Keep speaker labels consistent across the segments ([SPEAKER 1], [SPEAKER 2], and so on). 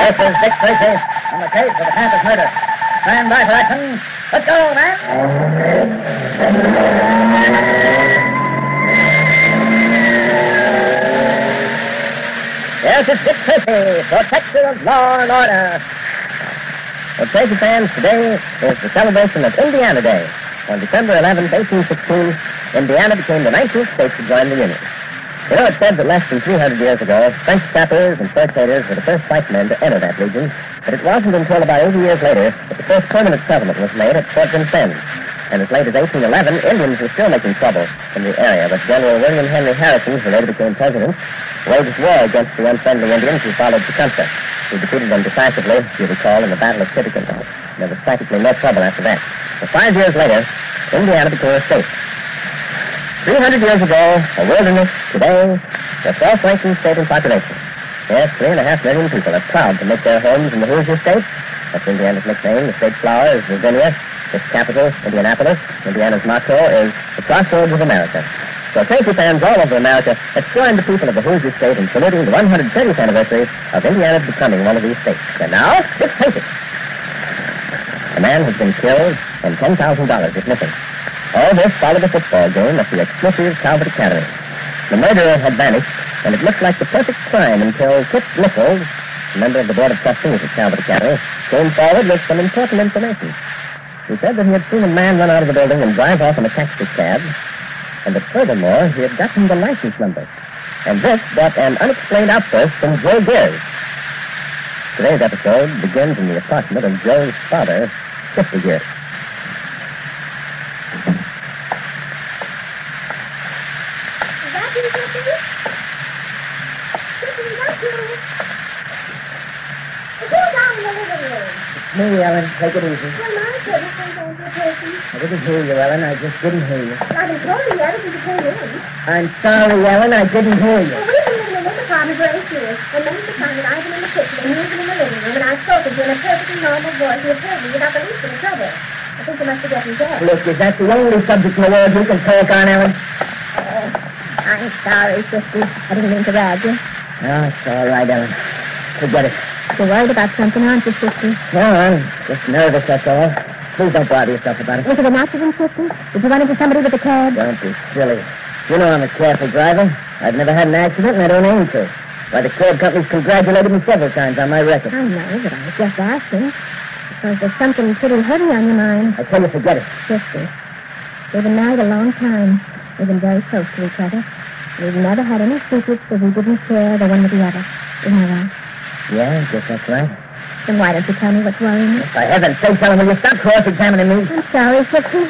[SPEAKER 1] Rifles, Dick Tracy, on the case of the Panther's murder. Stand by for action. Let's go, man. Yes, it's Dick Tracy, protector of law and order. Well, Tracy fans, today is the celebration of Indiana Day. On December 11, 1816, Indiana became the 19th state to join the Union. You know, it said that less than 300 years ago, French trappers and fur traders were the first white men to enter that region, but it wasn't until about 80 years later that the first permanent settlement was made at Fort Vincennes. And as late as 1811, Indians were still making trouble in the area, but General William Henry Harrison, who later became president, waged war against the unfriendly Indians who followed Tecumseh. He defeated them decisively, if you recall, in the Battle of Titicum. There was practically no trouble after that. But five years later, Indiana became a state. 300 years ago, a wilderness, today, the 12th ranking state in population. Yes, three and a half million people are proud to make their homes in the Hoosier State. That's Indiana's nickname. The state flower is Virginia. Its capital, Indianapolis. Indiana's motto is the crossroads of America. So Tracy fans all over America have joined the people of the Hoosier State in saluting the 130th anniversary of Indiana's becoming one of these states. And now, it's Tracy. A man has been killed and $10,000 is missing. All this followed a football game at the exclusive Calvert Academy. The murderer had vanished, and it looked like the perfect crime until Kit Nichols, a member of the Board of Trustees at Calvert Academy, came forward with some important information. He said that he had seen a man run out of the building and drive off in a taxi cab, and that furthermore, he had gotten the license number. And this brought an unexplained outburst from Joe Geary. Today's episode begins in the apartment of Joe's father, 50 years. Me, Ellen, take it easy. I didn't hear you, Ellen. I just didn't hear you. I'm sorry, Ellen. I didn't hear you. Look, is that the only subject in the world you can talk on, Ellen?
[SPEAKER 2] I'm sorry, Sister. I didn't mean to rouse you.
[SPEAKER 1] No, it's all right, Ellen. Forget it.
[SPEAKER 2] You're worried about something, aren't you, Sister?
[SPEAKER 1] No, I'm just nervous, that's all. Please don't bother yourself about it.
[SPEAKER 2] Was it an accident, Sister? Did you run into somebody with a cab?
[SPEAKER 1] Don't be silly. You know I'm a careful driver. I've never had an accident, and I don't aim to. Why, the cab company's congratulated me several times on my record.
[SPEAKER 2] I know, Oh, but I was just asking. Because there's something pretty heavy on your mind,
[SPEAKER 1] I tell you, forget it.
[SPEAKER 2] Sister. We've been married a long time. We've been very close to each other. We've never had any secrets that we didn't share the one with the other. Isn't that right?
[SPEAKER 1] Yeah, I guess that's right.
[SPEAKER 2] Then why don't you tell me what's worrying you?
[SPEAKER 1] By heaven's sake, Ellen, will you stop cross-examining me?
[SPEAKER 2] I'm sorry, Sister.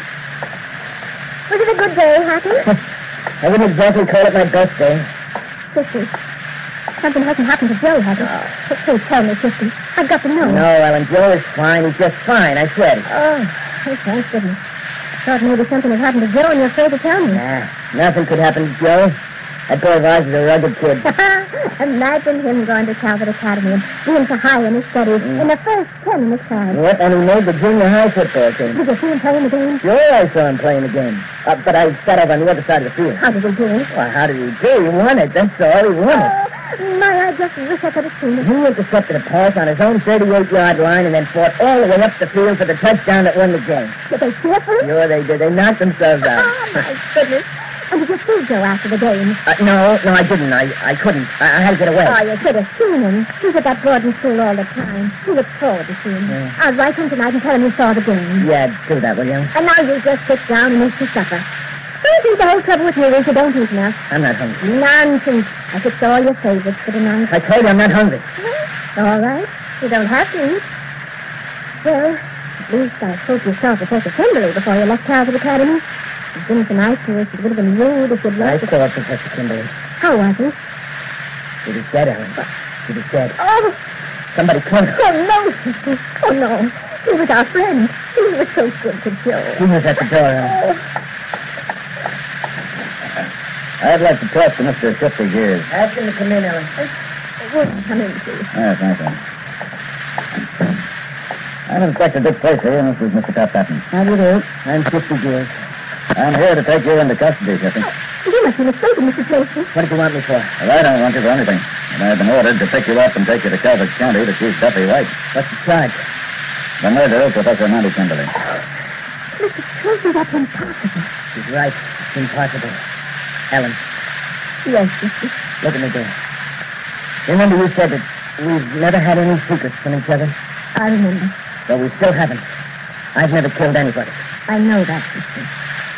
[SPEAKER 2] Was it a good day, Hattie?
[SPEAKER 1] I wouldn't exactly call it my best day.
[SPEAKER 2] Sister, something hasn't happened to Joe, has it? But Please tell me, Sister. I've got to know.
[SPEAKER 1] Oh, No, Ellen, Joe is fine. He's just fine, I swear to you.
[SPEAKER 2] Oh, oh, thank goodness. Thought maybe something had happened to Joe and you're afraid to tell me.
[SPEAKER 1] Nah, Ah, nothing could happen to Joe. That boy of ours is a rugged kid.
[SPEAKER 2] Imagine him going to Calvert Academy and being so high in his studies in the first ten in his class.
[SPEAKER 1] What? And he made the junior high football team.
[SPEAKER 2] Did you see him playing the game?
[SPEAKER 1] Sure, I saw him playing again. Uh, but I sat up on the other side of the field.
[SPEAKER 2] How did he do?
[SPEAKER 1] Well, how did he do? He won it. That's all. He won it.
[SPEAKER 2] Oh, my, I just wish I could have seen it.
[SPEAKER 1] He intercepted a pass on his own 38-yard line and then fought all the way up the field for the touchdown that won the game.
[SPEAKER 2] Did they cheer for him?
[SPEAKER 1] Sure, they did. They knocked themselves out.
[SPEAKER 2] Oh, my goodness. And did you see Joe after the game?
[SPEAKER 1] Uh, no, no, I didn't. I, I couldn't. I, I had to get away.
[SPEAKER 2] Oh, you should have seen him. He's at that boarding school all the time. He looks forward to seeing him. I'll write him tonight and tell him you saw the game.
[SPEAKER 1] Yeah, do that, will you?
[SPEAKER 2] And now you just sit down and eat your supper. I think the whole trouble with you is you don't eat enough.
[SPEAKER 1] I'm not hungry.
[SPEAKER 2] Nonsense. I cooked all your favorites for tonight.
[SPEAKER 1] I told you I'm not hungry.
[SPEAKER 2] All right. You don't have to eat. Well, at least I hope you saw Professor Kimberly before you left Calvert Academy. It's been so nice to us. It would have been rude if you'd
[SPEAKER 1] I
[SPEAKER 2] left.
[SPEAKER 1] saw Professor Kimberly.
[SPEAKER 2] How was he?
[SPEAKER 1] It is dead, Ellen. It is dead.
[SPEAKER 2] Oh,
[SPEAKER 1] Somebody killed her.
[SPEAKER 2] oh no, sister. Oh no. He was our friend. He was so good to Joe.
[SPEAKER 1] Who was at the door, Ellen?
[SPEAKER 2] Oh,
[SPEAKER 3] I'd like to talk to Mr. Shifter Gears.
[SPEAKER 1] Ask him to come in, Ellen.
[SPEAKER 2] won't you come in, please?
[SPEAKER 3] Yes, thank you. I'm Inspector Dick Tracy, and this is Mr. Pat Patton.
[SPEAKER 1] How do you do? I'm 50 years.
[SPEAKER 3] I'm here to take you into custody, Shifter.
[SPEAKER 2] You must be mistaken, Mr. Tracy.
[SPEAKER 1] What do you want me for?
[SPEAKER 3] Well, I don't want you for anything. And I've been ordered to pick you up and take you to Calvert County to accuse Duffy White. What's the charge? The murder of Professor Monty Kimberly.
[SPEAKER 2] Mr. Chilton, that's impossible.
[SPEAKER 1] She's right. It's impossible. Ellen,
[SPEAKER 2] Yes, Mr.
[SPEAKER 1] look at me there. Remember you said that we've never had any secrets from each other?
[SPEAKER 2] I remember.
[SPEAKER 1] Well, we still haven't. I've never killed anybody.
[SPEAKER 2] I know that, Mr.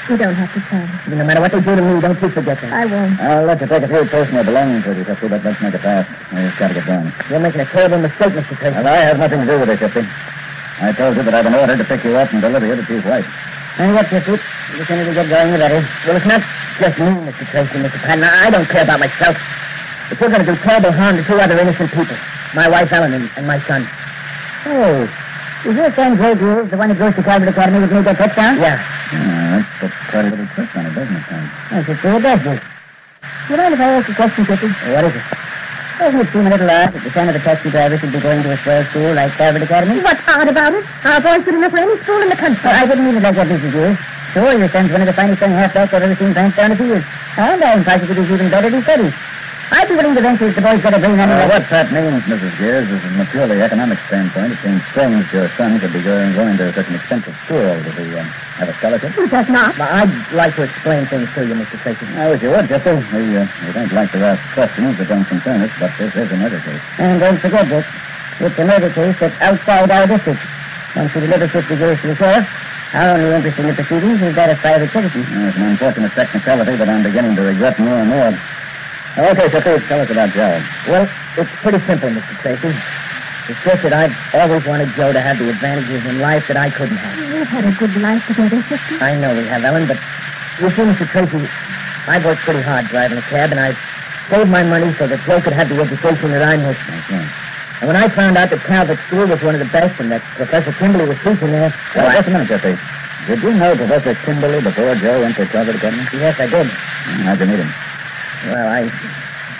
[SPEAKER 2] You don't have to tell me.
[SPEAKER 1] No matter what they do to me, don't you forget that.
[SPEAKER 2] I won't.
[SPEAKER 3] I'll let you take a few personal belongings with you, Shifty, but let's make it fast. We just got to get going.
[SPEAKER 1] You're making a terrible mistake, Mr. Tracy.
[SPEAKER 3] Well, I have nothing to do with it, Shifty. I told you that I've been ordered to pick you up and deliver you to Chief White.
[SPEAKER 1] And what, Mr. You're going to get going with that, eh? Well, it's not just me, Mr. Tracy, Mr. Patton. I I don't care about myself. But you're going to do terrible harm to two other innocent people. My wife, Ellen, and, and my son.
[SPEAKER 3] Oh, is your son Greg Hughes the one who goes to Calvert Academy with me that touchdown?
[SPEAKER 1] Yeah.
[SPEAKER 3] Yeah, that's that's quite a little trick on it, doesn't it, Tom?
[SPEAKER 1] Yes, it sure does, Miss.
[SPEAKER 3] You mind if I ask a question, Kitty?
[SPEAKER 1] What is it?
[SPEAKER 3] Doesn't it seem a little odd that the son of a taxi driver should be going to a swell school like Calvert Academy?
[SPEAKER 2] What's odd about it? Our boys would enough for any school in the country.
[SPEAKER 3] Well, I wouldn't even like that, Mrs. Hughes. Sure, your son's one of the finest young halfbacks I've ever seen bounce down a field. And I'm positive he's even better at his studies. I'd be willing to venture if the boy's got a brain anyway. what Uh, that means, Mrs. Gears, is from a purely economic standpoint, it seems strange your son could be going, going to such an expensive school. Does he uh, have a scholarship?
[SPEAKER 2] It does not.
[SPEAKER 1] Well, I'd like to explain things to you, Mr. Tracy.
[SPEAKER 3] I wish you would, Jester. We, uh, we don't like to ask questions that don't concern us, but this is a murder case. And don't forget, Dick, it's a murder case that's outside our district. Once you deliver 50 years to the sheriff, our only interest in the proceedings is that of private citizens. It's an unfortunate technicality that I'm beginning to regret more and more. Okay, so please tell us about Joe.
[SPEAKER 1] Well, it's pretty simple, Mr. Tracy. It's just that I've always wanted Joe to have the advantages in life that I couldn't have.
[SPEAKER 2] We've had a good life together, Sister.
[SPEAKER 1] I know we have, Ellen, but you see, Mr. Tracy, I've worked pretty hard driving a cab, and I've saved my money so that Joe could have the education that I missed. And when I found out that Calvert School was one of the best and that Professor Kimberly was teaching there,
[SPEAKER 3] Well,
[SPEAKER 1] well, I,
[SPEAKER 3] just a minute, Jeffrey. Did you know Professor Kimberly before Joe went to Calvert Academy? Hmm,
[SPEAKER 1] yes, I did.
[SPEAKER 3] How'd you meet him?
[SPEAKER 1] Well, I,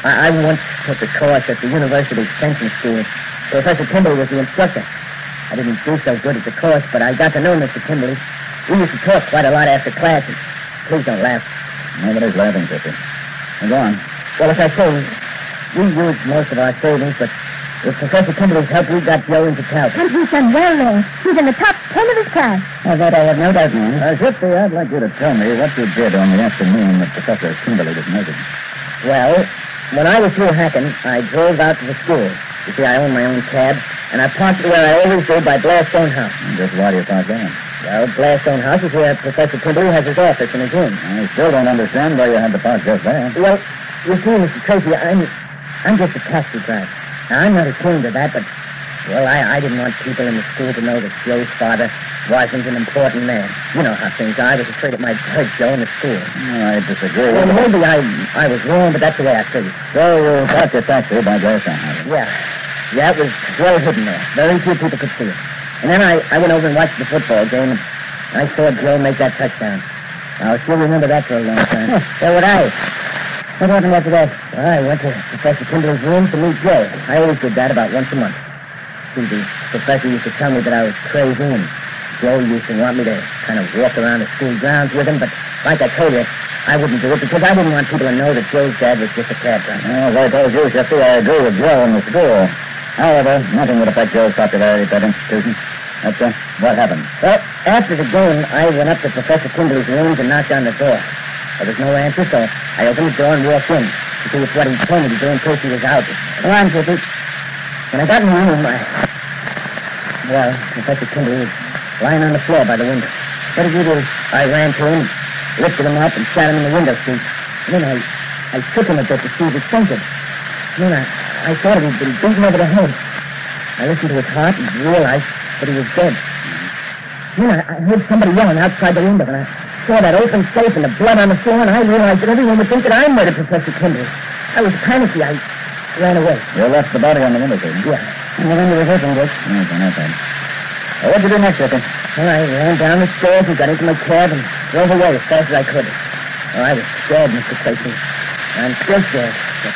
[SPEAKER 1] I, I once took a course at the University Extension School. Professor Kimberly was the instructor. I didn't do so good at the course, but I got to know Mr. Kimberly. We used to talk quite a lot after classes. Please don't laugh.
[SPEAKER 3] Nobody's laughing, Jeffrey. Now, go on.
[SPEAKER 1] Well, as I say, we used most of our savings, but with Professor Kimberly's help, we got Joe into Calvert.
[SPEAKER 2] And he's done well there. He's in the top ten of his class.
[SPEAKER 3] Well, that I have no doubt, ma'am. Uh, Gypsy, I'd like you to tell me what you did on the afternoon that Professor Kimberly was murdered.
[SPEAKER 1] Well, when I was through hacking, I drove out to the school. You see, I own my own cab, and I parked it where I always do by Blairstone House.
[SPEAKER 3] Just why do you park down?
[SPEAKER 1] Well, Blairstone House is where Professor Kimberly has his office and his room.
[SPEAKER 3] I still don't understand why you had to park just there.
[SPEAKER 1] Well, you see, Mr. Tracy, I'm, I'm just a taxi driver. Now, I'm not ashamed of that, but, well, I, I didn't want people in the school to know that Joe's father wasn't an important man. You know how things are. I was afraid it might hurt Joe in the school.
[SPEAKER 3] No, I disagree.
[SPEAKER 1] Well, maybe I, I was wrong, but that's the way I figured.
[SPEAKER 3] so you parked your taxi by Blairstown House.
[SPEAKER 1] Yeah. Yeah, it was well hidden there. Very few people could see it. And then I, I went over and watched the football game, and I saw Joe make that touchdown. I'll still remember that for a long time. so would I. What happened after that? Well, I went to Professor Kimberly's room to meet Joe. I always did that about once a month. See, the professor used to tell me that I was crazy, and Joe used to want me to kind of walk around the school grounds with him, but like I told you, I wouldn't do it because I didn't want people to know that Joe's dad was just a cab driver.
[SPEAKER 3] Well, as I told you, Jeffrey, I agree with Joe in the school. However, nothing would affect Joe's popularity at that institution. That's uh, what happened.
[SPEAKER 1] Well, after the game, I went up to Professor Kimberly's rooms and knocked on the door. There was no answer, so I opened the door and walked in to see if what he told me to do in case he was out. Go on, Kitty. When I got in the room, I... Well, Professor Kimberly was lying on the floor by the window. What did you do? I ran to him, lifted him up, and shot him in the window seat. And then I, I shook him a bit to see if he fainted. And then I, I thought he'd been beaten over the head. I listened to his heart and realized that he was dead. Then I, I heard somebody yelling outside the window, and I saw that open safe and the blood on the floor, and I realized that everyone would think that I murdered Professor Kimberly. I was panicky. I ran away.
[SPEAKER 3] You left the body on the window seat.
[SPEAKER 1] Yeah.
[SPEAKER 3] And the window was open, Dick. Yes, I know that. Well, what'd you do next, Jeffrey?
[SPEAKER 1] Well, I ran down the stairs and got into my cab and drove away as fast as I could. Oh, I was scared, Mr. Clayton. I'm still scared. But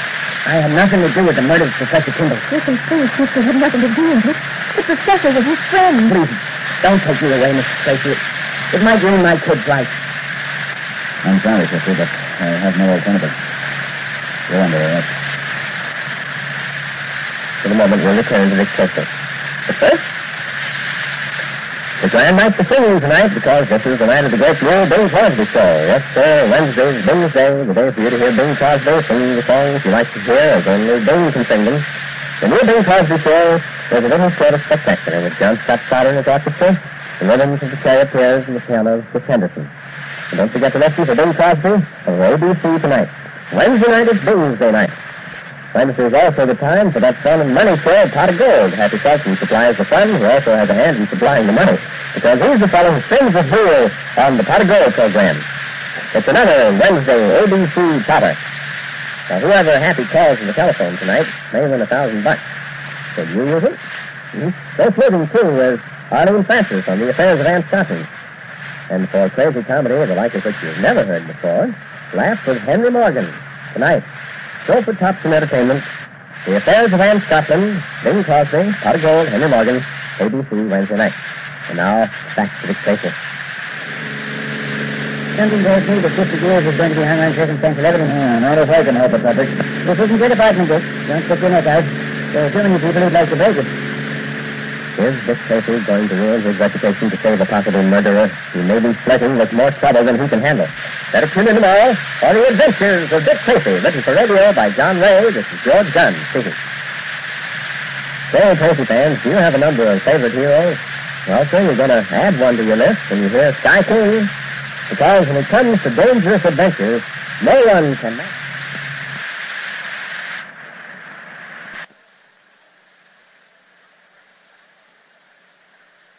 [SPEAKER 1] I had nothing to do with the murder of Professor Kimberly.
[SPEAKER 2] You can see Sister had nothing to do with it. The professor was his friend.
[SPEAKER 1] Please, don't take me away, Mr. Tracy. It, it might ruin my kid's life.
[SPEAKER 3] I'm sorry, Jeffrey, but I have no alternative. You're under arrest.
[SPEAKER 1] moment, we'll return to this question. But first, it's a grand night for singing tonight because this is the night of the great new Bing Crosby show. Yes, sir, Wednesday's Bing's Day, the day for you to hear Bing Crosby singing the songs you like to hear, as only Bing can sing them. The new Bing Crosby show is a little sort of spectacular with John Scott Carter and his orchestra, the rhythms of the charioteers and the pianos with Henderson. And don't forget to listen for Bing Crosby of ABC tonight. Wednesday night is Bing's Day night. Wednesday is also the time for that fun and money show, Pot of Gold. Happy Carson supplies the fun, who also has a hand in supplying the money, because he's the fellow who spins the wheel on the Pot of Gold program. It's another Wednesday ABC Potter. Now, whoever Happy calls on the telephone tonight may win a thousand bucks. Could you use it? Mm-hmm. So floating, too, is Arlene Francis on the affairs of Aunt Stockton. And for a crazy comedy of the like of which you've never heard before, laugh with Henry Morgan tonight. Guilford Thompson Entertainment, The Affairs of Anne Scotland, Bing Crosby, Potter Gold, Henry Morgan, ABC Wednesday night. And now, back to the station.
[SPEAKER 3] Something tells me that 50 years is going to be hung on circumstantial evidence. not if I can help it, Patrick. This isn't your department, Dick. Don't stick your neck out. There are too many people who'd like to break it.
[SPEAKER 1] Is this Tracy going to ruin his reputation to save a possible murderer who may be flirting with more trouble than he can handle? Better tune in tomorrow for The Adventures of Dick Tracy, written for radio by John Ray. This is George Gunn speaking. So, Tracy fans, do you have a number of favorite heroes? Well, sir, you're going to add one to your list when you hear Sky King, because when it comes to dangerous adventures, no one can match.